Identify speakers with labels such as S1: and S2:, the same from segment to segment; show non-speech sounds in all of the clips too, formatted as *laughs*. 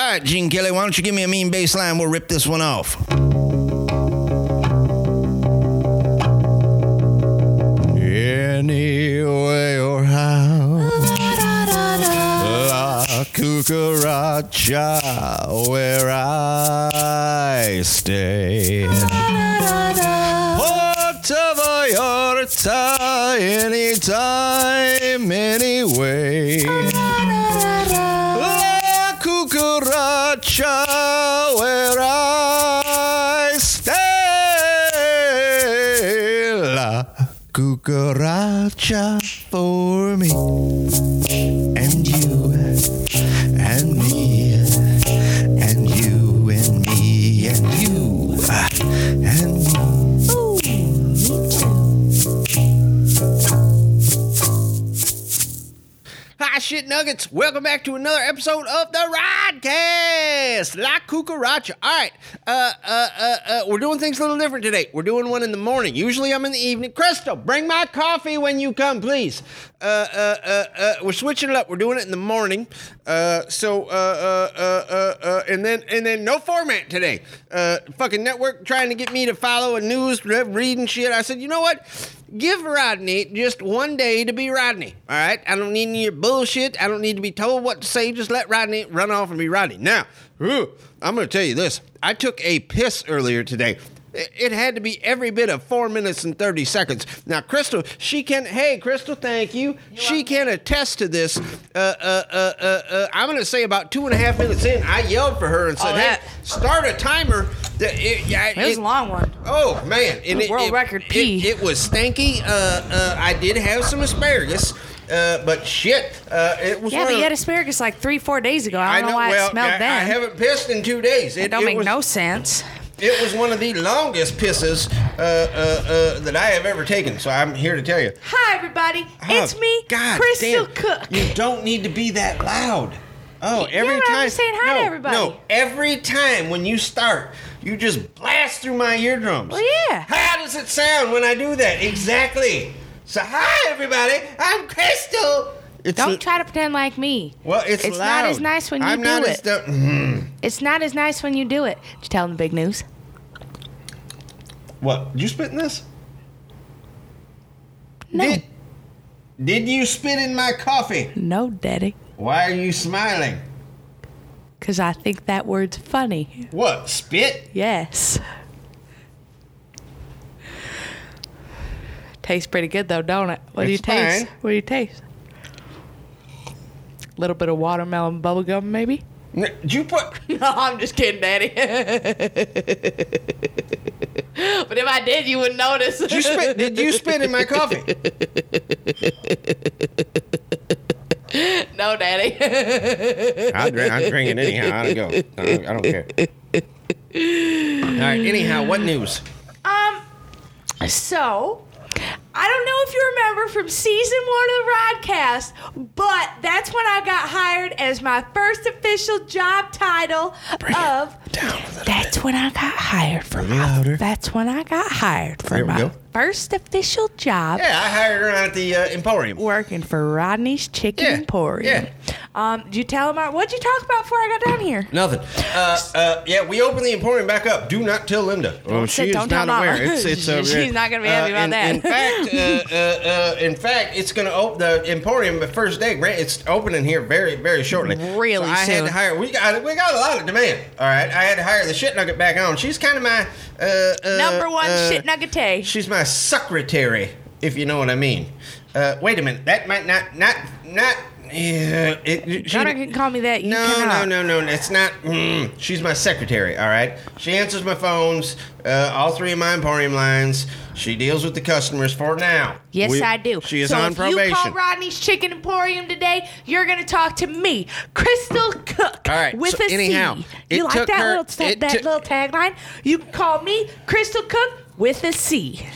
S1: All right, Gene Kelly, why don't you give me a mean bass line? We'll rip this one off. Anyway or how, La Cucaracha, where I stay. Puerto Vallarta, anytime, anyway. La cucaracha where I stay. La cucaracha for me and you and me and you and me and you and me. Hi, shit nuggets. Welcome back to another episode of the Rodcast. La Cucaracha. All right. Uh, uh, uh, uh, we're doing things a little different today. We're doing one in the morning. Usually I'm in the evening. Crystal, bring my coffee when you come, please. Uh, uh, uh, uh, we're switching it up. We're doing it in the morning. Uh, so, uh, uh, uh, uh, uh, and then, and then no format today. Uh, fucking network trying to get me to follow a news, reading shit. I said, you know what? give Rodney just one day to be Rodney. All right. I don't need any of your bullshit. I don't need to be told what to say. Just let Rodney run off and be Rodney. Now, ooh, I'm going to tell you this. I took a piss earlier today. It it had to be every bit of four minutes and 30 seconds. Now, Crystal, she can, hey, Crystal, thank you. she can attest to this. Uh, uh, uh, uh, uh, I'm going to say about two and a half minutes in, I yelled for her and said,
S2: Oh,
S1: hey,
S2: that-
S1: start a timer. That- It, yeah,
S2: It was a long one.
S1: Oh man! And it,
S2: World
S1: it-
S2: record
S1: it-
S2: pee.
S1: It, was stanky. Uh, uh, I did have some asparagus, uh, but shit, uh, it was.
S2: Yeah,
S1: one
S2: but
S1: of
S2: you had
S1: the-
S2: asparagus like three, four days ago. I don't know, why
S1: well,
S2: it smelled
S1: I,
S2: then.
S1: I haven't pissed in two days.
S2: it don't make
S1: was,
S2: no sense.
S1: It was one of the longest pisses uh, uh, uh, that I have ever taken. So I'm here to tell you.
S2: Hi, everybody. it's
S1: Oh,
S2: me,
S1: God
S2: Crystal
S1: damn.
S2: Cook.
S1: You don't need to be that loud. Oh, every
S2: but I'm
S1: time.
S2: just saying hi to
S1: no,
S2: everybody.
S1: No, every time when you start, you just blast through my eardrums.
S2: Well, yeah.
S1: How does it sound when I do that? Exactly. So, hi, everybody. I'm Crystal. It's
S2: Don't try to pretend like me.
S1: Well, it's,
S2: It's
S1: loud.
S2: not as nice when you
S1: I'm
S2: do
S1: not
S2: it.
S1: As du- Mhm.
S2: It's not as nice when you do it. Did you tell them the big news?
S1: What? Did you spit in this?
S2: No.
S1: Did, did you spit in my coffee?
S2: No, Daddy.
S1: Why are you smiling?
S2: Because I think that word's funny.
S1: What? Spit?
S2: Yes. Tastes pretty good though, don't it? What do you
S1: It's
S2: taste?
S1: fine.
S2: What do you taste? A little bit of watermelon bubblegum, maybe?
S1: N- Did you put.
S2: *laughs* No, I'm just kidding, Daddy. *laughs* but if I did, you would notice. *laughs*
S1: Did you spit? Did you spit in my coffee?
S2: no, Daddy.
S1: *laughs*
S2: *laughs*
S1: I'll drink, I'll drink it anyhow. I don't go. I don't, I don't care. All right. Anyhow, what news?
S2: um, so I don't know if you remember from season one of the Rodcast, but that's when I got hired as my first official job title of.
S1: Down with it.
S2: That's when I got hired for my.
S1: Louder.
S2: That's when I got hired for
S1: There we
S2: my
S1: go.
S2: first official job.
S1: Yeah, I hired her out at the uh, Emporium.
S2: working for Rodney's Chicken
S1: Yeah,
S2: Emporium.
S1: yeah.
S2: Um, did you tell him I, what'd you talk about before I got down here?
S1: Nothing. Uh, uh, yeah, we opened the Emporium back up. Do not tell Linda. Well,
S2: say- don't tell Mama. *laughs* She's not gonna be happy about
S1: Uh, in,
S2: that.
S1: In fact, uh, uh, uh, in fact, it's going to open the Emporium the first day. Grant, it's opening here very, very shortly.
S2: Really
S1: so I had
S2: soon.
S1: to hire. We got we got a lot of demand. All right, I had to hire the shit nugget back on. She's kind of my uh, uh,
S2: Number one
S1: uh,
S2: shit nuggete.
S1: She's my secretary, if you know what I mean. Uh, wait a minute, that might not not not. Yeah, it, she-
S2: Y'all not gonna call me that. You
S1: no,
S2: cannot.
S1: no, no, no. It's not. Mm, she's my secretary. All right. She answers my phones. Uh, all three of my Emporium lines. She deals with the customers for now.
S2: Yes,
S1: We-
S2: I do.
S1: She is
S2: so
S1: on
S2: if
S1: probation.
S2: you call Rodney's Chicken Emporium today, you're gonna talk to me, Crystal Cook.
S1: All right,
S2: With
S1: so
S2: a C.
S1: anyhow, it
S2: you like
S1: took
S2: that
S1: her-
S2: little ta-
S1: it
S2: that
S1: took-
S2: little tagline? You can call me Crystal Cook with a C.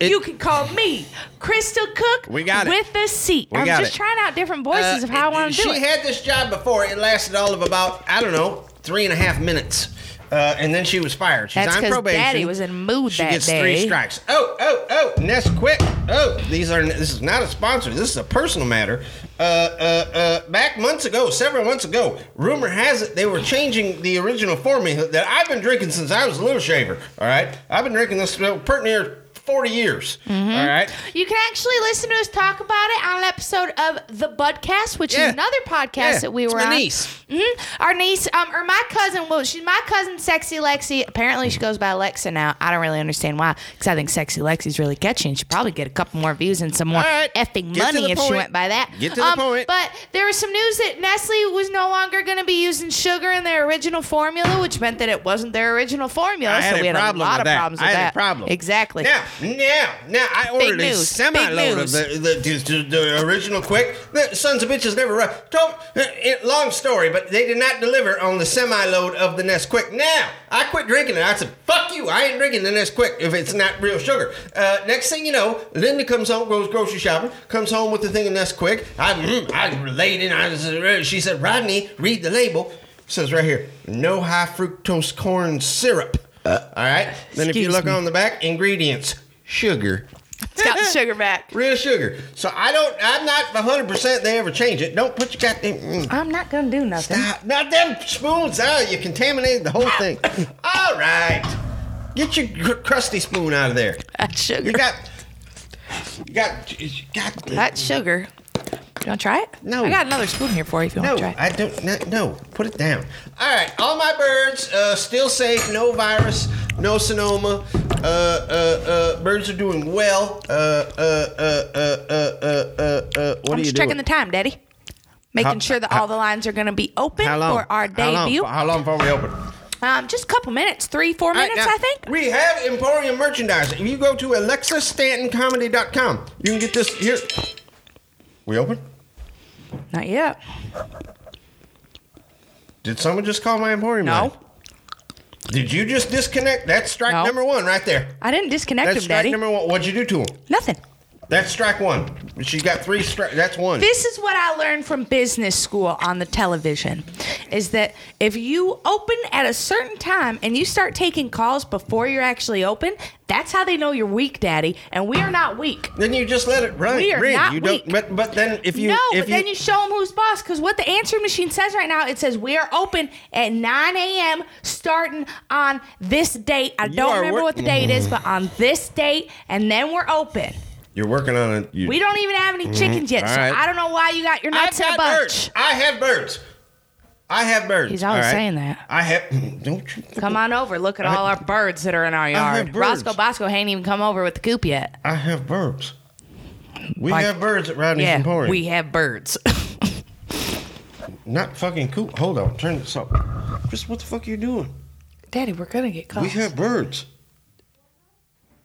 S1: It-
S2: you can call me Crystal Cook
S1: We got it.
S2: with a C.
S1: We
S2: I'm
S1: got
S2: just
S1: it.
S2: trying out different voices of how
S1: Uh,
S2: I want to do
S1: she
S2: it.
S1: had this job before. It lasted all of about I don't know three and a half minutes. Uh, and then she was fired. She's
S2: That's
S1: on
S2: because
S1: probation.
S2: Daddy was in mood
S1: she
S2: that
S1: gets
S2: day.
S1: three strikes. Oh, oh, oh! Nest quick. Oh, these are. This is not a sponsor. This is a personal matter. Uh, uh, uh, back months ago, several months ago, rumor has it they were changing the original formula that I've been drinking since I was a little shaver. All right, I've been drinking this uh, pretty near forty years.
S2: Mm-hmm.
S1: All right.
S2: You can actually listen to us talk about it on an episode of The Budcast, which
S1: Yeah.
S2: is another podcast
S1: Yeah.
S2: that we
S1: It's
S2: were
S1: my
S2: on.
S1: niece.
S2: hmm Our niece, um, or my cousin, well, she's my cousin, Sexy Lexi. Apparently, she goes by Alexa now. I don't really understand why, because I think Sexy Lexi's really catchy and she'd probably get a couple more views and some more
S1: All right.
S2: effing
S1: Get to
S2: money
S1: the
S2: if she
S1: point.
S2: went by that.
S1: Get to the
S2: Um,
S1: point.
S2: But there was some news that Nestle was no longer going to be using sugar in their original formula, which meant that it wasn't their original formula.
S1: I had
S2: so
S1: a
S2: we had a
S1: problem
S2: lot
S1: with
S2: of
S1: that.
S2: problems
S1: I
S2: with
S1: had a
S2: that.
S1: problem.
S2: Exactly.
S1: Now, now, now, I ordered a
S2: news.
S1: semi load
S2: Big
S1: of
S2: news.
S1: the, the, the, the, the original quick. The sons of bitches never run. Don't, uh, it- long story, but they did not deliver on the semi load of the Nest Quick. Now, I quit drinking it. I said, fuck you, I ain't drinking the Nest Quick if it's not real sugar. Uh, next thing you know, Linda comes home, goes grocery shopping, comes home with the thing of Nest Quick. I, mm, I relayed it. I was, uh, she said, Rodney, read the label. Says right here, no high fructose corn syrup. All right. Then if you
S2: Uh, Excuse
S1: look
S2: me.
S1: on the back, ingredients, sugar,
S2: It's got the sugar back.
S1: real sugar. So I don't. I'm not 100. percent They ever change it. Don't put your goddamn. mm,
S2: I'm not gonna do nothing.
S1: ah, Not them spoons out. You contaminated the whole
S2: *coughs*
S1: thing. All right. Get your cr- crusty spoon out of there.
S2: That sugar.
S1: You got. You got. You got
S2: that sugar. You wanna try it?
S1: No.
S2: I got another spoon here for you if you
S1: no,
S2: wanna try
S1: I
S2: it.
S1: don't. No, no, put it down. All right, all my birds uh, still safe. No virus. No Sonoma. Uh, uh, uh, birds are doing well. Uh, uh, uh, uh, uh, uh, uh, uh, what
S2: I'm
S1: are you
S2: just
S1: doing?
S2: checking the time, Daddy. Making
S1: How-
S2: sure that all the lines are gonna be open
S1: How long?
S2: for our
S1: How long-
S2: debut.
S1: How long before we open?
S2: Um, just a couple minutes, three, four
S1: All right,
S2: minutes,
S1: now,
S2: I think.
S1: We have Emporium merchandise. If you go to alexastantoncomedy.com, you can get this here. We open?
S2: Not yet.
S1: Did someone just call my Emporium?
S2: No.
S1: line? Did you just disconnect? That's strike
S2: No.
S1: number one right there.
S2: I didn't disconnect
S1: That's
S2: him,
S1: strike
S2: Daddy.
S1: number one. What'd you do to him?
S2: Nothing.
S1: That's strike one. She got three strike. That's one.
S2: This is what I learned from business school on the television is that if you open at a certain time and you start taking calls before you're actually open, that's how they know you're weak, Daddy. And we are not weak.
S1: Then you just let it run.
S2: We are
S1: rid.
S2: not
S1: you
S2: weak.
S1: don't. But but then if you
S2: no,
S1: if
S2: but then you show them who's boss because what the answering machine says right now, it says we are open at 9 a.m. starting on this date. I
S1: You
S2: don't
S1: are
S2: remember
S1: wor-
S2: what the date is, but on this date, and then we're open.
S1: you're working on it. You,
S2: We don't even have
S1: Mm-hmm.
S2: any chickens yet,
S1: All
S2: so
S1: right.
S2: I don't know why you got your nuts in a bunch.
S1: birds. I have birds. I have birds.
S2: He's always
S1: all right?
S2: saying that.
S1: I have. *clears throat* Don't you?
S2: Come on over. Look at all our birds that are in our
S1: have
S2: yard.
S1: birds.
S2: Roscoe Bosco ain't even come over with the coop yet.
S1: I have birds. We
S2: Like-
S1: have birds at Rodney's
S2: Yeah,
S1: Emporium.
S2: we have birds. *laughs*
S1: Not fucking cool. Hold on. Turn this up. Just what the fuck you doing?
S2: Daddy, we're gonna get caught.
S1: We have birds.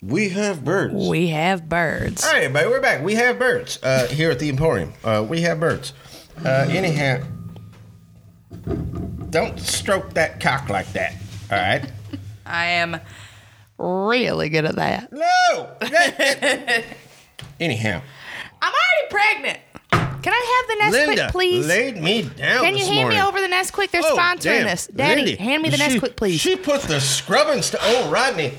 S1: We have birds.
S2: We have birds.
S1: All right, everybody, we're back. We have birds uh, here at the Emporium. Uh, we have birds. Uh, anyhow, don't stroke that cock like that. All right.
S2: I am really good at that.
S1: No. *laughs* anyhow,
S2: I'm already pregnant. Can I have the Nest
S1: Linda
S2: Quick, please?
S1: laid me down.
S2: Can you
S1: this
S2: hand
S1: morning.
S2: me over the Nest Quick? They're
S1: Oh,
S2: sponsoring
S1: damn.
S2: this. Daddy,
S1: Lindy,
S2: hand me the
S1: she-
S2: Nest Quick, please.
S1: She put the scrubbing stuff. Oh, Rodney.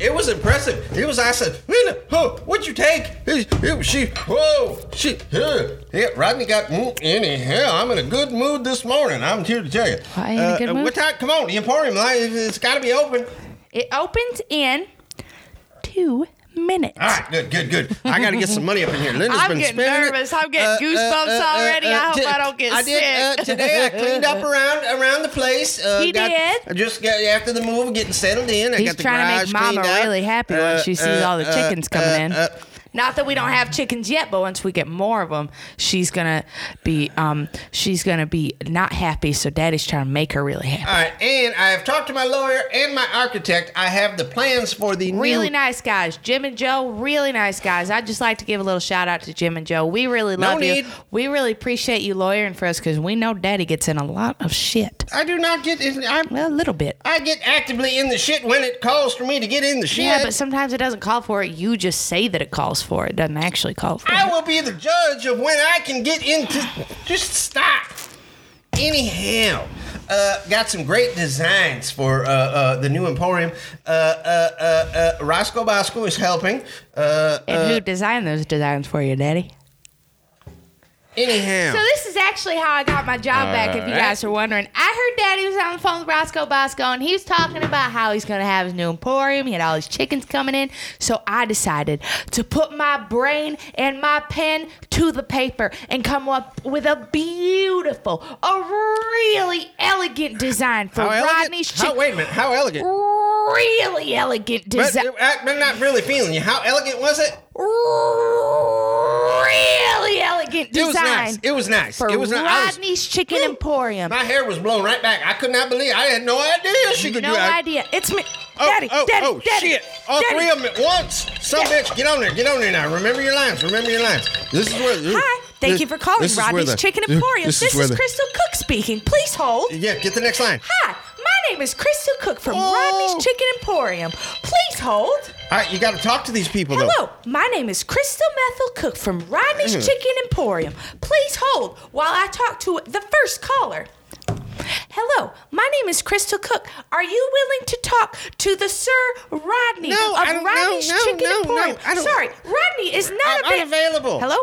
S1: It was impressive. It was. I said, Linda, huh, what'd you take? It, it, she, whoa, she, huh. yeah. Rodney got mm, anyhow. I'm in a good mood this morning. I'm here to tell you. Uh,
S2: Why you in a good mood?
S1: What time? Come on, the Emporium line. it- It's got to be open.
S2: it opens in two minutes.
S1: All right, good, good, good. I got to get some money up in here. Linda's
S2: I'm
S1: been
S2: getting
S1: spending it. Uh,
S2: nervous. I'm getting goosebumps already. I hope I don't get
S1: I Did, uh,
S2: sick.
S1: today I cleaned up around around the place. Uh,
S2: He
S1: got-
S2: did?
S1: I just got after the move, getting settled in. I
S2: He's
S1: got the
S2: trying to
S1: garage
S2: make Mama
S1: cleaned up.
S2: really happy when
S1: Uh,
S2: she sees
S1: uh,
S2: all the
S1: uh,
S2: chickens coming
S1: uh,
S2: in.
S1: uh,
S2: Not that we don't have chickens yet, but once we get more of them, she's gonna be um she's gonna be not happy. So Daddy's trying to make her really happy.
S1: all right, and I have talked to my lawyer and my architect. I have the plans for the
S2: Really
S1: new
S2: nice guys, Jim and Joe. Really nice guys. I'd just like to give a little shout out to Jim and Joe. We really
S1: No
S2: love
S1: need.
S2: you. We really appreciate you lawyering for us because we know Daddy gets in a lot of shit.
S1: I do not get. in- I'm,
S2: Well, a little bit.
S1: I get actively in the shit when it calls for me to get in the shit.
S2: Yeah, but sometimes it doesn't call for it. You just say that it calls for it. It doesn't actually call for
S1: I
S2: it.
S1: will be the judge of when I can get into. Just stop. Anyhow, uh, uh, got some great designs for uh, uh, the new Emporium. Uh, uh, uh, uh, Roscoe Bosco is helping. Uh,
S2: And who designed those designs for you, Daddy?
S1: anyhow,
S2: So this is actually how I got my job back. If you guys are wondering, I heard Daddy was on the phone with Roscoe Bosco, and he was talking about how he's gonna have his new emporium. He had all his chickens coming in, so I decided to put my brain and my pen to the paper and come up with a beautiful, a really elegant design for
S1: how elegant?
S2: Rodney's
S1: How,
S2: chicken.
S1: wait a minute. How elegant?
S2: Really elegant
S1: But,
S2: design.
S1: I- I'm not really feeling you. How elegant was it?
S2: Really elegant
S1: It was
S2: design.
S1: nice. It was nice.
S2: for
S1: it was nice. I was-
S2: Rodney's Chicken Emporium.
S1: my hair was blown right back. I could not believe. I had no idea she could
S2: no
S1: do that.
S2: idea. It's me.
S1: Oh,
S2: daddy,
S1: oh,
S2: daddy,
S1: oh,
S2: daddy,
S1: shit. All
S2: daddy.
S1: three of them at once. Some
S2: Daddy.
S1: bitch, get on there. Get on there now. Remember your lines. Remember your lines. This is where.
S2: Hi, thank you for calling
S1: This is where
S2: Rodney's
S1: the-
S2: Chicken Emporium. This,
S1: where
S2: is,
S1: the-
S2: Crystal Cook speaking. Please hold.
S1: Yeah, get the next line.
S2: Hi, my name is Crystal Cook from
S1: Oh.
S2: Rodney's Chicken Emporium. Please hold.
S1: All right, you got to talk to these people, though.
S2: Hello, my name is Crystal Methel Cook from Rodney's
S1: Mm.
S2: Chicken Emporium. Please hold while I talk to the first caller. Hello, my name is Crystal Cook. Are you willing to talk to the Sir Rodney
S1: No,
S2: of
S1: I don't- no,
S2: Rodney's
S1: no,
S2: Chicken
S1: no, no,
S2: Emporium?
S1: I don't-
S2: Sorry, Rodney is not
S1: I'm
S2: avai-
S1: unavailable.
S2: Hello,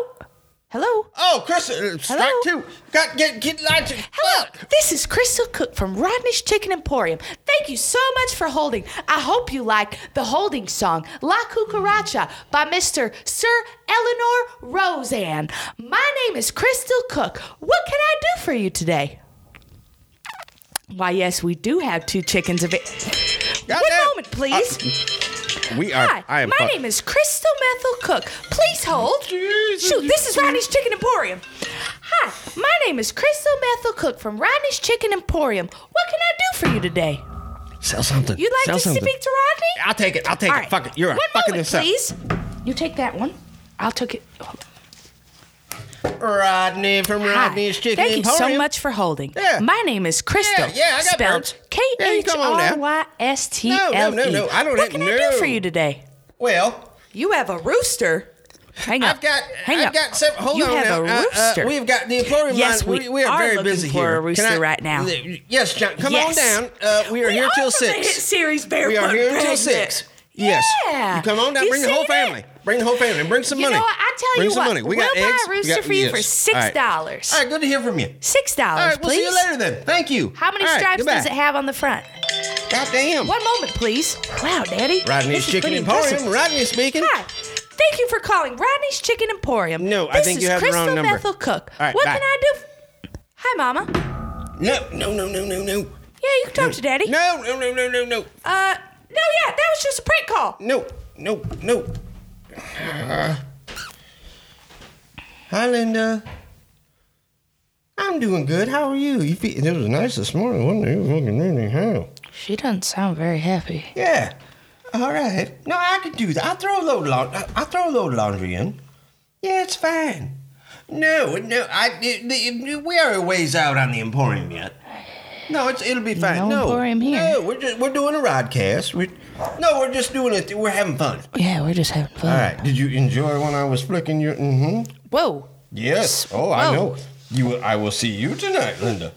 S2: hello.
S1: Oh, Chris, uh, strike
S2: Hello?
S1: two. Got get get line two.
S2: Hello,
S1: Fuck.
S2: this is Crystal Cook from Rodney's Chicken Emporium. Thank you so much for holding. I hope you like the holding song, La Cucaracha, by Mr. Sir Eleanor Roseanne. My name is Crystal Cook. What can I do for you today? Why, yes, we do have two chickens of it. One
S1: God damn.
S2: moment, please.
S1: Uh, We are.
S2: Hi,
S1: I am.
S2: my
S1: fucked.
S2: name is Crystal Methel Cook. Please hold. Shoot, this is Rodney's Chicken Emporium. Hi, my name is Crystal Methel Cook from Rodney's Chicken Emporium. What can I do for you today?
S1: Sell something.
S2: You'd like
S1: Sell
S2: to
S1: something.
S2: speak to Rodney?
S1: I'll take it. I'll take
S2: All
S1: it.
S2: right.
S1: Fuck it. You're
S2: One
S1: fucking
S2: moment,
S1: this up.
S2: please. You take that one. I'll take it. hold on.
S1: Rodney from
S2: Hi.
S1: Rodney's Chicken
S2: Thank you so
S1: Emporium.
S2: much for holding.
S1: Yeah.
S2: My name is Crystal.
S1: Yeah, yeah, I got birds.
S2: spelled K
S1: Yeah, you
S2: H
S1: come on now.
S2: R Y S T L E.
S1: No, no, no, no, I don't
S2: What
S1: have-
S2: can I
S1: no.
S2: do for you today?
S1: Well,
S2: You have a rooster. Hang on.
S1: I've got.
S2: Hang
S1: I've
S2: up.
S1: got seven. Hold
S2: you
S1: on
S2: have
S1: now.
S2: a
S1: Uh, uh,
S2: rooster.
S1: we've got the emporium
S2: Yes,
S1: line.
S2: we
S1: we are
S2: are
S1: very
S2: looking
S1: busy
S2: for
S1: here.
S2: a rooster
S1: Can I-
S2: right now.
S1: Yes, John. Come
S2: Yes.
S1: on down. Uh, we are here
S2: are
S1: till
S2: from the
S1: six.
S2: hit series Bear
S1: we are
S2: Brook
S1: here till
S2: Magnet.
S1: six. Yes.
S2: Yeah.
S1: You come on down.
S2: You
S1: bring the whole
S2: see that?
S1: family. Bring the whole family. Bring some
S2: You
S1: money.
S2: know what? I tell
S1: Bring
S2: you
S1: some
S2: what.
S1: Money. We got
S2: We'll buy
S1: eggs.
S2: a
S1: We
S2: rooster
S1: got-
S2: for you
S1: yes.
S2: for
S1: All right.
S2: $6.
S1: All right. Good to hear from you.
S2: Six
S1: All
S2: dollars,
S1: right. We'll
S2: please.
S1: see you later then. Thank you.
S2: How many
S1: All right,
S2: stripes does
S1: goodbye.
S2: it have on the front?
S1: God damn.
S2: One moment, please. Wow, Daddy.
S1: Rodney's
S2: this is
S1: Chicken
S2: pretty
S1: Emporium.
S2: impressive.
S1: Rodney speaking.
S2: Hi. Thank you for calling Rodney's Chicken Emporium.
S1: No, I
S2: this
S1: think
S2: is
S1: you have the
S2: Crystal
S1: wrong number.
S2: Methel Cook.
S1: All right,
S2: what
S1: bye.
S2: can I do? f- Hi, Mama. Yeah,
S1: No, no, no, no, no, no.
S2: you can talk to Daddy.
S1: No, no, no, no, no, no.
S2: Uh, no, yeah, that was just a prank call.
S1: No, no, no. Hi, Linda. I'm doing good. How are you? You feel, it was nice this morning, wasn't it? It was looking really hell.
S2: She doesn't sound very happy.
S1: Yeah. All right. No, I can do that. I throw a load of laundry. I throw a load of laundry in. Yeah, it's fine. No, no. I it, it, we are a ways out on the Emporium yet. No, it's, it'll be fine.
S2: No Emporium here.
S1: No, we're just we're doing a rodcast. We, no, we're just doing it. We're having fun.
S2: Yeah, we're just having fun.
S1: All right. Did you enjoy when I was flicking your? Mm-hmm.
S2: Whoa.
S1: Yes. Oh, I
S2: Whoa.
S1: know. You. Will, I will see you tonight, Linda.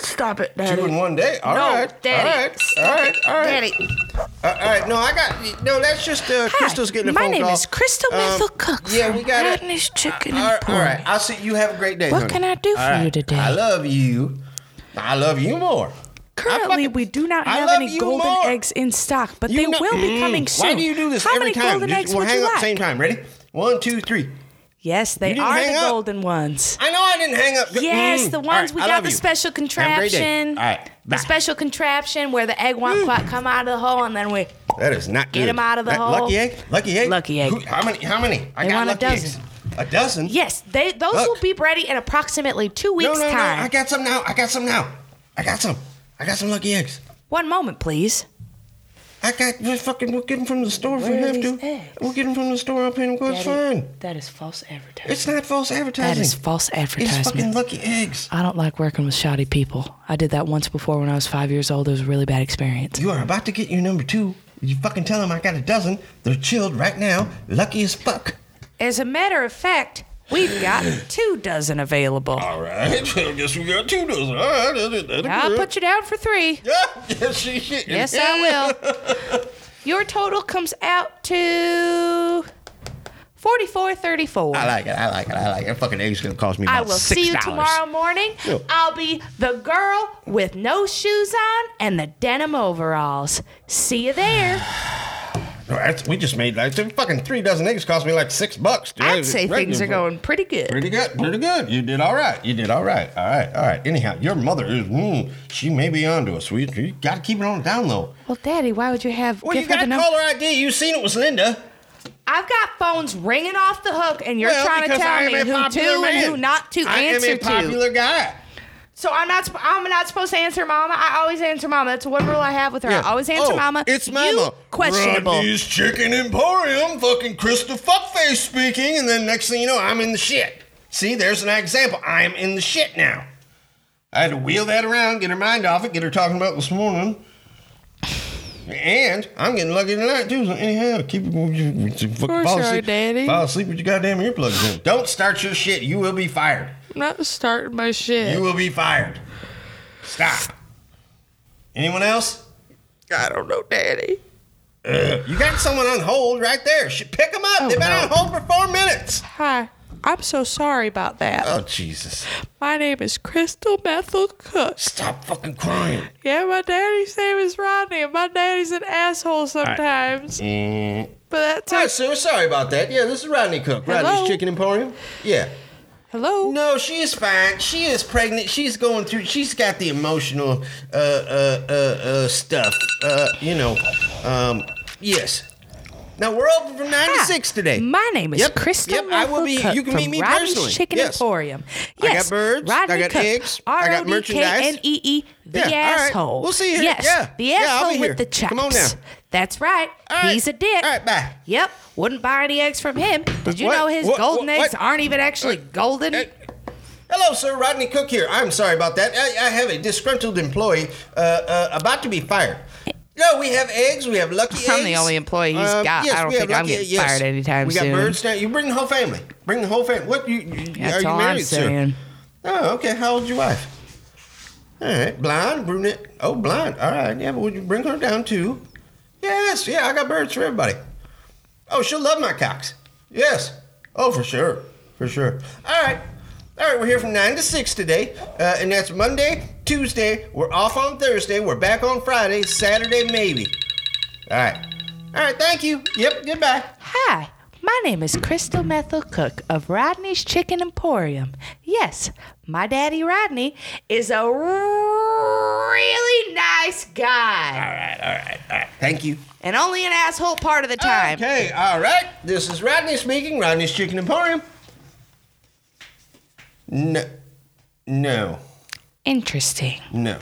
S2: Stop it,
S1: Two in
S2: Daddy.
S1: one day. All
S2: No,
S1: right.
S2: Daddy.
S1: All right. All right. All right. Uh, all right. No, I got. No, that's just uh, Crystal's getting a
S2: my
S1: phone
S2: name
S1: call. Um,
S2: is Crystal Methel Cook
S1: Yeah,
S2: from
S1: we got it.
S2: Rodney's Chicken
S1: all, right, all
S2: Emporium.
S1: right. I'll see. You have a great day.
S2: What
S1: honey.
S2: can I do
S1: All
S2: for
S1: right.
S2: you today?
S1: I love you. I love you more.
S2: Currently,
S1: fucking-
S2: we do not
S1: I
S2: have
S1: love
S2: any
S1: you
S2: golden
S1: more.
S2: eggs in stock, but
S1: You
S2: they
S1: know-
S2: will be coming
S1: Mm.
S2: soon.
S1: Why do you do this
S2: How
S1: every
S2: many
S1: time?
S2: golden
S1: Just-
S2: eggs
S1: we'll
S2: would
S1: hang
S2: you
S1: up
S2: like?
S1: same time. Ready? One, two, three.
S2: Yes, they
S1: didn't
S2: are
S1: hang
S2: the
S1: up.
S2: golden ones.
S1: I know I didn't hang up. Good-
S2: Yes,
S1: Mm.
S2: the
S1: All
S2: ones
S1: right,
S2: we
S1: I
S2: got
S1: love
S2: the
S1: you.
S2: special
S1: Have a great day.
S2: contraption.
S1: All right.
S2: the
S1: bye. Mm.
S2: special contraption where the egg wonk wonk come out of the hole and then we
S1: That is not good.
S2: Get 'em out of the
S1: That-
S2: hole.
S1: Lucky egg. Lucky egg.
S2: Lucky egg.
S1: Who- how many? How many? I
S2: They
S1: got
S2: want a
S1: lucky
S2: dozen.
S1: eggs. A dozen.
S2: Yes, they those
S1: Look.
S2: will be ready in approximately two
S1: No,
S2: weeks'
S1: no, no.
S2: time.
S1: I got some now. I got some now. I got some. I got some lucky eggs.
S2: One moment, please.
S1: I got. We're fucking. We'll get them from the store if
S2: Where
S1: we
S2: are
S1: have
S2: these
S1: to.
S2: eggs?
S1: We'll get them from the store. I'll pay them. It's fine.
S2: That is false advertising.
S1: It's not false advertising.
S2: That is false
S1: It's fucking
S2: advertisement.
S1: lucky eggs.
S2: I don't like working with shoddy people. I did that once before when I was five years old. It was a really bad experience.
S1: You are about to get your number two. You fucking tell them I got a dozen. They're chilled right now. Lucky as fuck.
S2: As a matter of fact, We've got two dozen available.
S1: All right. *laughs* I guess we got two dozen. All right. That'll, that'll be
S2: I'll
S1: it.
S2: put you down for three.
S1: Yeah, *laughs* yes, she, she-
S2: Yes, I will. Your total comes out to forty-four
S1: *laughs*
S2: thirty-four.
S1: I like it. I like it. I like it. Fucking egg's gonna cost me.
S2: I
S1: About
S2: will
S1: $6.
S2: see you tomorrow morning.
S1: Yeah.
S2: I'll be the girl with no shoes on and the denim overalls. See you there.
S1: No, that's- we just made like two- fucking three dozen eggs cost me like six bucks. Dude.
S2: I'd say
S1: Right,
S2: things are
S1: dude.
S2: going pretty good.
S1: Pretty good, pretty good. You did all right. You did all right. All right, all right. Anyhow, your mother is, mm, she may be onto us. We you got to keep it on the down low.
S2: Well, Daddy, why would you have?
S1: Well,
S2: give
S1: you
S2: her
S1: got
S2: the number?
S1: caller ID. You seen it was Linda.
S2: I've got phones ringing off the hook, and you're
S1: Well,
S2: trying to
S1: because I
S2: tell
S1: am
S2: me
S1: a
S2: who to
S1: popular
S2: and
S1: man.
S2: who not to
S1: I
S2: answer
S1: am a
S2: to.
S1: popular guy.
S2: So I'm not. sp- I'm not supposed to answer Mama. I always answer Mama. That's one rule I have with her. I always answer
S1: Oh,
S2: Mama.
S1: It's
S2: You
S1: Mama.
S2: questionable.
S1: Rodney's Chicken Emporium. Fucking Krista Fuckface speaking. And then next thing you know, I'm in the shit. See, there's an example. I'm in the shit now. I had to wheel that around, get her mind off it, get her talking about this morning. And I'm getting lucky tonight too. So anyhow, keep it moving. Fucking fall
S2: sorry,
S1: asleep.
S2: Daddy.
S1: Fall asleep with your goddamn earplugs in. Don't start your shit. You will be fired.
S2: not starting my shit.
S1: You will be fired. Stop. Anyone else?
S2: I don't know, Daddy.
S1: You got someone on hold right there. Sh- Pick them
S2: Oh,
S1: up. They've been on hold for four minutes.
S2: Hi. I'm so sorry about that.
S1: Oh, Jesus.
S2: My name is Crystal Bethel Cook.
S1: Stop fucking crying.
S2: Yeah, my daddy's name is Rodney, and my daddy's an asshole sometimes.
S1: Mm.
S2: But that's
S1: Hi, sir. Sorry about that. Yeah, this is Rodney Cook.
S2: Hello?
S1: Rodney's Chicken Emporium. Yeah.
S2: hello.
S1: No, she is fine. She is pregnant. She's going through. She's got the emotional uh, uh, uh, uh, stuff. Uh, you know. Um, yes. Now we're open from nine to
S2: Hi.
S1: six today.
S2: Ah, My name is
S1: Yep,
S2: Crystal
S1: yep, I will be here.
S2: Cook
S1: You can
S2: from
S1: meet me
S2: Rodney's
S1: personally.
S2: Chicken
S1: Yes.
S2: Emporium.
S1: I got
S2: Yes,
S1: birds. I
S2: Rodney
S1: got
S2: Cook.
S1: eggs. I got merchandise.
S2: R-O-D-K-N-E-E, E the
S1: Yeah, all right.
S2: asshole.
S1: We'll see you here.
S2: Yes,
S1: Yeah.
S2: the
S1: Yeah, I'll
S2: asshole
S1: be here.
S2: with the chops.
S1: Come on now.
S2: That's right.
S1: All right.
S2: He's a dick.
S1: All right, bye.
S2: Yep. Wouldn't buy any eggs from him. Did you
S1: What?
S2: know his
S1: What?
S2: golden
S1: What?
S2: eggs aren't even actually golden?
S1: Uh, Hello, sir. Rodney Cook here. I'm sorry about that. I, I have a disgruntled employee uh, uh, about to be fired. No, we have eggs. We have lucky eggs. Um,
S2: I'm the only employee he's got. I don't
S1: we have
S2: think I'm
S1: lucky-
S2: getting fired anytime
S1: we
S2: soon.
S1: got birds now. You bring the whole family. Bring the whole family. What you? you
S2: That's
S1: are
S2: all
S1: you married,
S2: I'm saying.
S1: sir? Oh, okay. How old's your wife? All right, blonde, brunette. Oh, blonde. All right. Yeah, but would you bring her down too? Yes. Yeah, I got birds for everybody. Oh, she'll love my cocks. Yes. Oh, for sure. For sure. All right. All right, we're here from 9 to 6 today, uh, and that's Monday, Tuesday. We're off on Thursday. We're back on Friday, Saturday, maybe. All right. All right, thank you. Yep, goodbye.
S2: Hi, my name is Crystal Methel Cook of Rodney's Chicken Emporium. Yes, my daddy Rodney is a really nice guy,
S1: All right, all right, all right. Thank you.
S2: and only an asshole part of the time.
S1: Okay, all right. This is Rodney speaking, Rodney's Chicken Emporium. No. No.
S2: Interesting.
S1: No.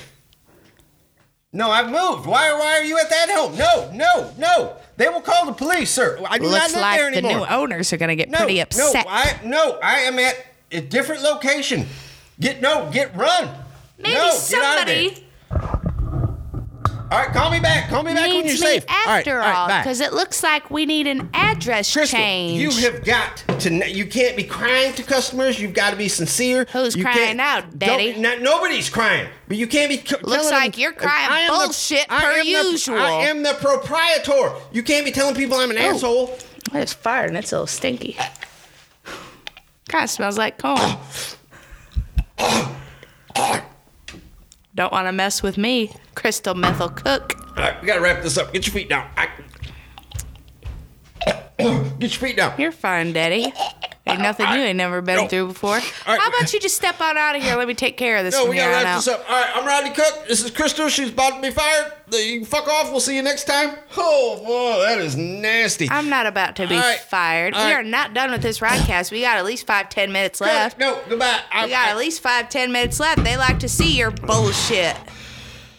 S1: No, I've moved. Why, why are you at that home? No, no, no. They will call the police, sir. I do
S2: Looks
S1: not live there
S2: like the
S1: anymore.
S2: new owners are gonna get
S1: no,
S2: pretty upset.
S1: No, I, no, I am at a different location. Get no, get run. no,
S2: Maybe
S1: Get out of
S2: somebody
S1: there. All right, call me back. Call me back when you're
S2: needs me
S1: safe. all right,
S2: after
S1: all right,
S2: all,
S1: bye.
S2: because it looks like we need an address
S1: Crystal,
S2: change.
S1: You have got to. kn- You can't be crying to customers. You've got to be sincere.
S2: Who's
S1: You
S2: crying
S1: can't-
S2: out,
S1: don't-
S2: Daddy?
S1: Not, nobody's crying, but you can't be. c- telling them-
S2: like you're crying
S1: I am the-
S2: bullshit
S1: I
S2: per
S1: am the-
S2: usual. Oh.
S1: I am the proprietor. You can't be telling people I'm an asshole.
S2: I just fired, and it's a little stinky. Kind of smells like corn. Don't want to mess with me, Crystal Methyl Cook.
S1: All right, we gotta wrap this up. Get your feet down. I- *coughs* Get your feet down.
S2: You're fine, Daddy. Ain't nothing you ain't never been
S1: No.
S2: through before.
S1: right.
S2: How about you just step on out of here? Let me take care of this
S1: No,
S2: from
S1: we
S2: here
S1: gotta
S2: on
S1: wrap
S2: out.
S1: this up. All right, I'm Rodney Cook. This is Crystal. She's about to be fired. You can fuck off. We'll see you next time. Oh, whoa, that is nasty.
S2: I'm not about to be
S1: All right.
S2: fired.
S1: All
S2: we
S1: right.
S2: are not done with this podcast. We got at least five, ten minutes
S1: no,
S2: left.
S1: no, goodbye. I-
S2: We got
S1: I-
S2: at least five, ten minutes left. They like to see your bullshit.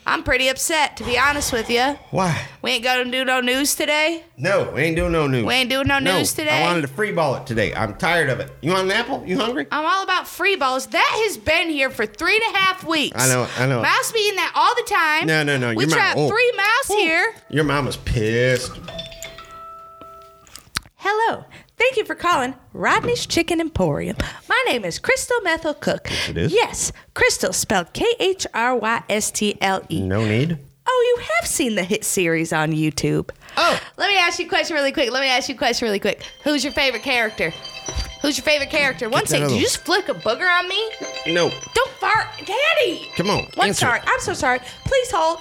S2: I'm pretty upset, to be honest with you.
S1: Why?
S2: We ain't gonna do no news today.
S1: No, we ain't doing no news.
S2: We ain't doing no news today.
S1: I wanted to free ball it today. I'm tired of it. You want an apple? You hungry?
S2: I'm all about free balls. That has been here for three and a half weeks.
S1: I know, I know.
S2: Mouse be eating that all the time.
S1: No, no, no,
S2: We
S1: your mom-
S2: trapped
S1: oh.
S2: three mouse here.
S1: Your mama's pissed.
S2: Hello. They Thank you for calling Rodney's Chicken Emporium. My name is Crystal Methel Cook. Yes,
S1: it is?
S2: Yes, Crystal spelled K H R Y S T L E.
S1: No need.
S2: Oh, you have seen the hit series on YouTube.
S1: Oh,
S3: Let me ask you a question really quick. Let me ask you a question really quick. Who's your favorite character? Who's your favorite character? One
S1: that
S3: second.
S1: other
S3: Did
S1: one.
S3: you just flick a booger on me?
S1: no.
S2: Don't fart, Daddy.
S1: Come on,
S2: I'm
S1: answer.
S2: sorry. I'm so sorry. Please hold.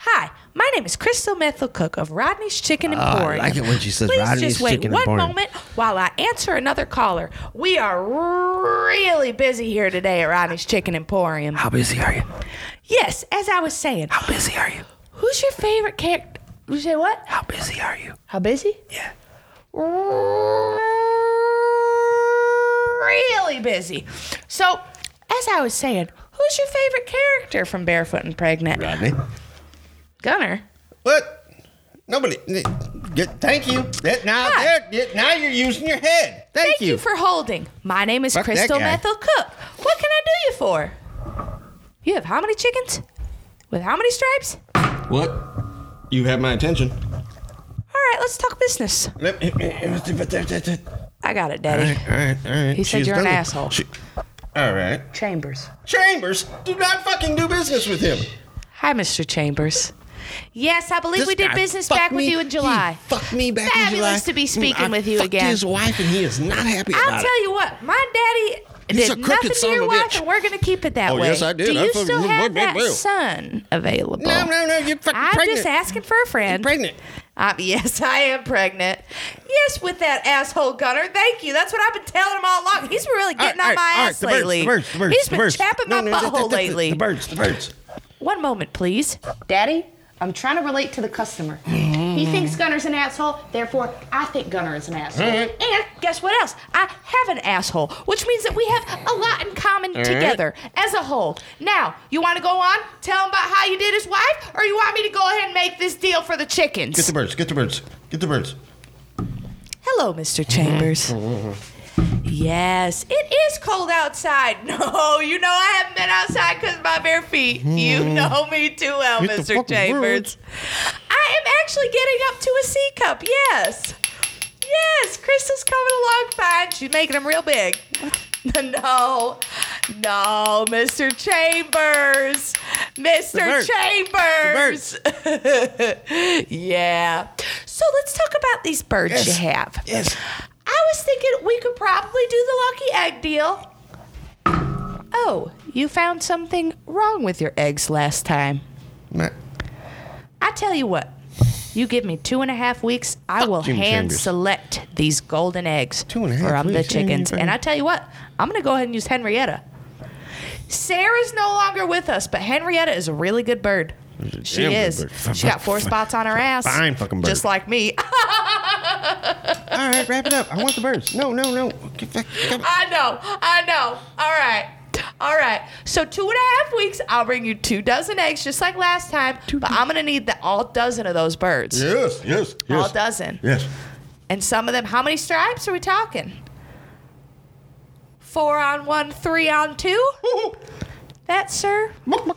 S2: Hi, my name is Crystal Methel Cook of Rodney's Chicken Emporium.
S1: Ah, like it when she says
S2: Please
S1: Rodney's
S2: just wait
S1: Chicken
S2: one
S1: Emporium.
S2: moment while I answer another caller. We are really busy here today at Rodney's Chicken Emporium.
S1: How busy are you?
S2: Yes, as I was saying,
S1: How busy are you?
S2: who's your favorite character? You say what?
S1: How busy are you?
S2: How busy?
S1: Yeah.
S2: Really busy. So, as I was saying, who's your favorite character from Barefoot and Pregnant?
S1: Rodney.
S2: Gunner.
S1: What? Nobody. Get, thank you. That- now,
S2: Hi.
S1: there- yeah, now you're using your head. Thank,
S2: Thank you. for holding. My name is
S1: Fuck that
S2: Crystal
S1: guy.
S2: Methel Cook. What can I do you for? You have how many chickens? With how many stripes? All
S1: what? You have my attention.
S2: right, let's talk business.
S1: All right,
S2: I got it, Daddy.
S1: all right, all right.
S2: He said
S1: She's
S2: you're an
S1: done.
S2: asshole.
S1: She- all right.
S2: Chambers.
S1: Chambers, do not fucking do business with him.
S2: Hi, Mr. Chambers. Yes, I believe
S1: This
S2: we did
S1: guy
S2: business
S1: fucked
S2: back with
S1: me-
S2: you in July.
S1: He fucked me back in July.
S3: Fabulous to be
S1: Mm,
S3: speaking
S1: I
S3: with you
S1: fucked
S3: again.
S1: his wife, and he is not happy about
S2: I'll
S1: it.
S2: tell you what, my daddy
S1: He's a
S2: did
S1: crooked
S2: nothing to
S1: son
S2: your
S1: of a
S2: wife,
S1: bitch.
S2: and we're gonna keep it that
S1: Oh,
S2: way.
S1: yes, I did.
S2: Do
S1: I
S2: you
S1: fucking-
S2: still have
S1: well,
S2: that
S1: well.
S2: son available?
S1: No, no, no, you're fucking
S2: I'm
S1: pregnant.
S2: just asking for a friend.
S1: You're pregnant.
S2: Uh, yes, I am pregnant. Yes, with that asshole Gunner. Thank you. That's what I've been telling him all along. He's really
S1: All right,
S2: getting
S1: all
S2: on
S1: right,
S2: my
S1: all right,
S2: ass
S1: the birds,
S2: lately.
S1: The birds, the birds,
S2: He's
S1: the
S2: been
S1: birds.
S2: chapping
S1: No,
S2: my
S1: no, the- the-
S2: butthole
S1: the-
S2: lately.
S1: The birds, the birds.
S2: One moment, please.
S3: Daddy, I'm trying to relate to the customer.
S2: Mm.
S3: He thinks Gunner's an asshole, therefore I think Gunner is an asshole.
S2: And guess what else? I have an asshole, which means that we have a lot in common together as a whole. Now, you want to go on? Tell him about how you did his wife, or you want me to go ahead and make this deal for the chickens?
S1: Get the birds. Get the birds. Get the birds.
S2: Hello, Mr. Chambers.
S1: Mm-hmm.
S2: yes, it is cold outside. *laughs* No, you know I haven't been outside because of my bare feet. You know me too well,
S1: Mm-hmm. Get the
S2: Mr.
S1: fucking
S2: Chambers.
S1: birds.
S2: I am actually getting up to a C cup. Yes. Yes, Crystal's coming along fine. She's making them real big. *laughs* No, no, Mr. Chambers. Mr.
S1: birds.
S2: Chambers. *laughs* yeah. So let's talk about these birds
S1: Yes.
S2: you have.
S1: Yes.
S2: I was thinking we could probably do the lucky egg deal. Oh, you found something wrong with your eggs last time.
S1: Ma-
S2: I tell you what, you give me two and a half weeks, I will
S1: Jim
S2: hand
S1: Chambers.
S2: select these golden eggs
S1: Two and a half
S2: from the
S1: weeks, yeah, you're
S2: chickens.
S1: fine.
S2: And I tell you what, I'm going to go ahead and use Henrietta. Sarah's no longer with us, but Henrietta is a really good bird. She
S1: damn good
S2: is.
S1: bird.
S2: She got four spots on her ass.
S1: *laughs* Fine fucking bird.
S2: Just like me.
S1: All right, wrap it up. I want the birds. No, no, no. Get back. Come on.
S2: I know, I know. All right. All right. So two and a half weeks, I'll bring you two dozen eggs just like last time. but I'm gonna need the all dozen of those birds.
S1: Yes, yes,
S2: all
S1: yes.
S2: dozen.
S1: Yes.
S2: And some of them how many stripes are we talking? Four on one, three on two? That, sir,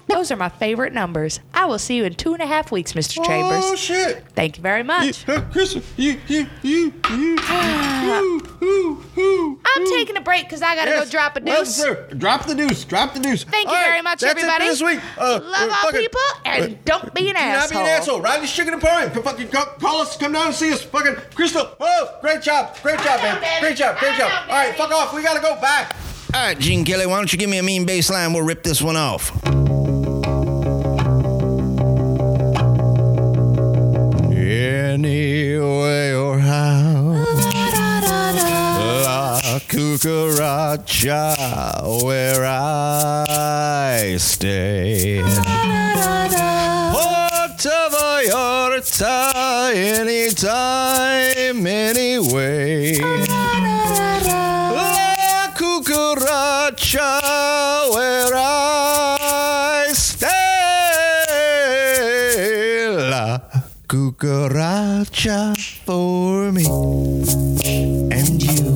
S2: those are my favorite numbers. I will see you in two and a half weeks, Mr.
S1: Oh
S2: Chambers.
S1: shit.
S2: Thank you very
S1: You,
S2: much.
S1: uh, Crystal, you, you, you, you, you, you, you.
S2: I'm taking a break because I gotta
S1: Mm. Yes.
S2: go drop a
S1: Well,
S2: deuce.
S1: sir, drop the deuce. Drop the deuce.
S2: Thank
S1: All
S2: you
S1: right,
S2: very much,
S1: that's
S2: everybody.
S1: It for this week. Uh,
S2: Love
S1: uh,
S2: all
S1: fucking-
S2: people and
S1: uh,
S2: don't be an
S1: do
S2: asshole.
S1: Not be an asshole. Rodney's Chicken Emporium. Come fucking call, call us. Come down and see us. Fucking Crystal. Oh, great job. Great job, man. Great job. Great job. All right, fuck off. We gotta go. Bye.
S4: All right, Gene Kelly, why don't you give me a mean bass line? We'll rip this one off. Anyway or how? La cucaracha, where I stay. Puerto Vallarta, anytime, anyway. La cucaracha where I stay. La cucaracha for me and you.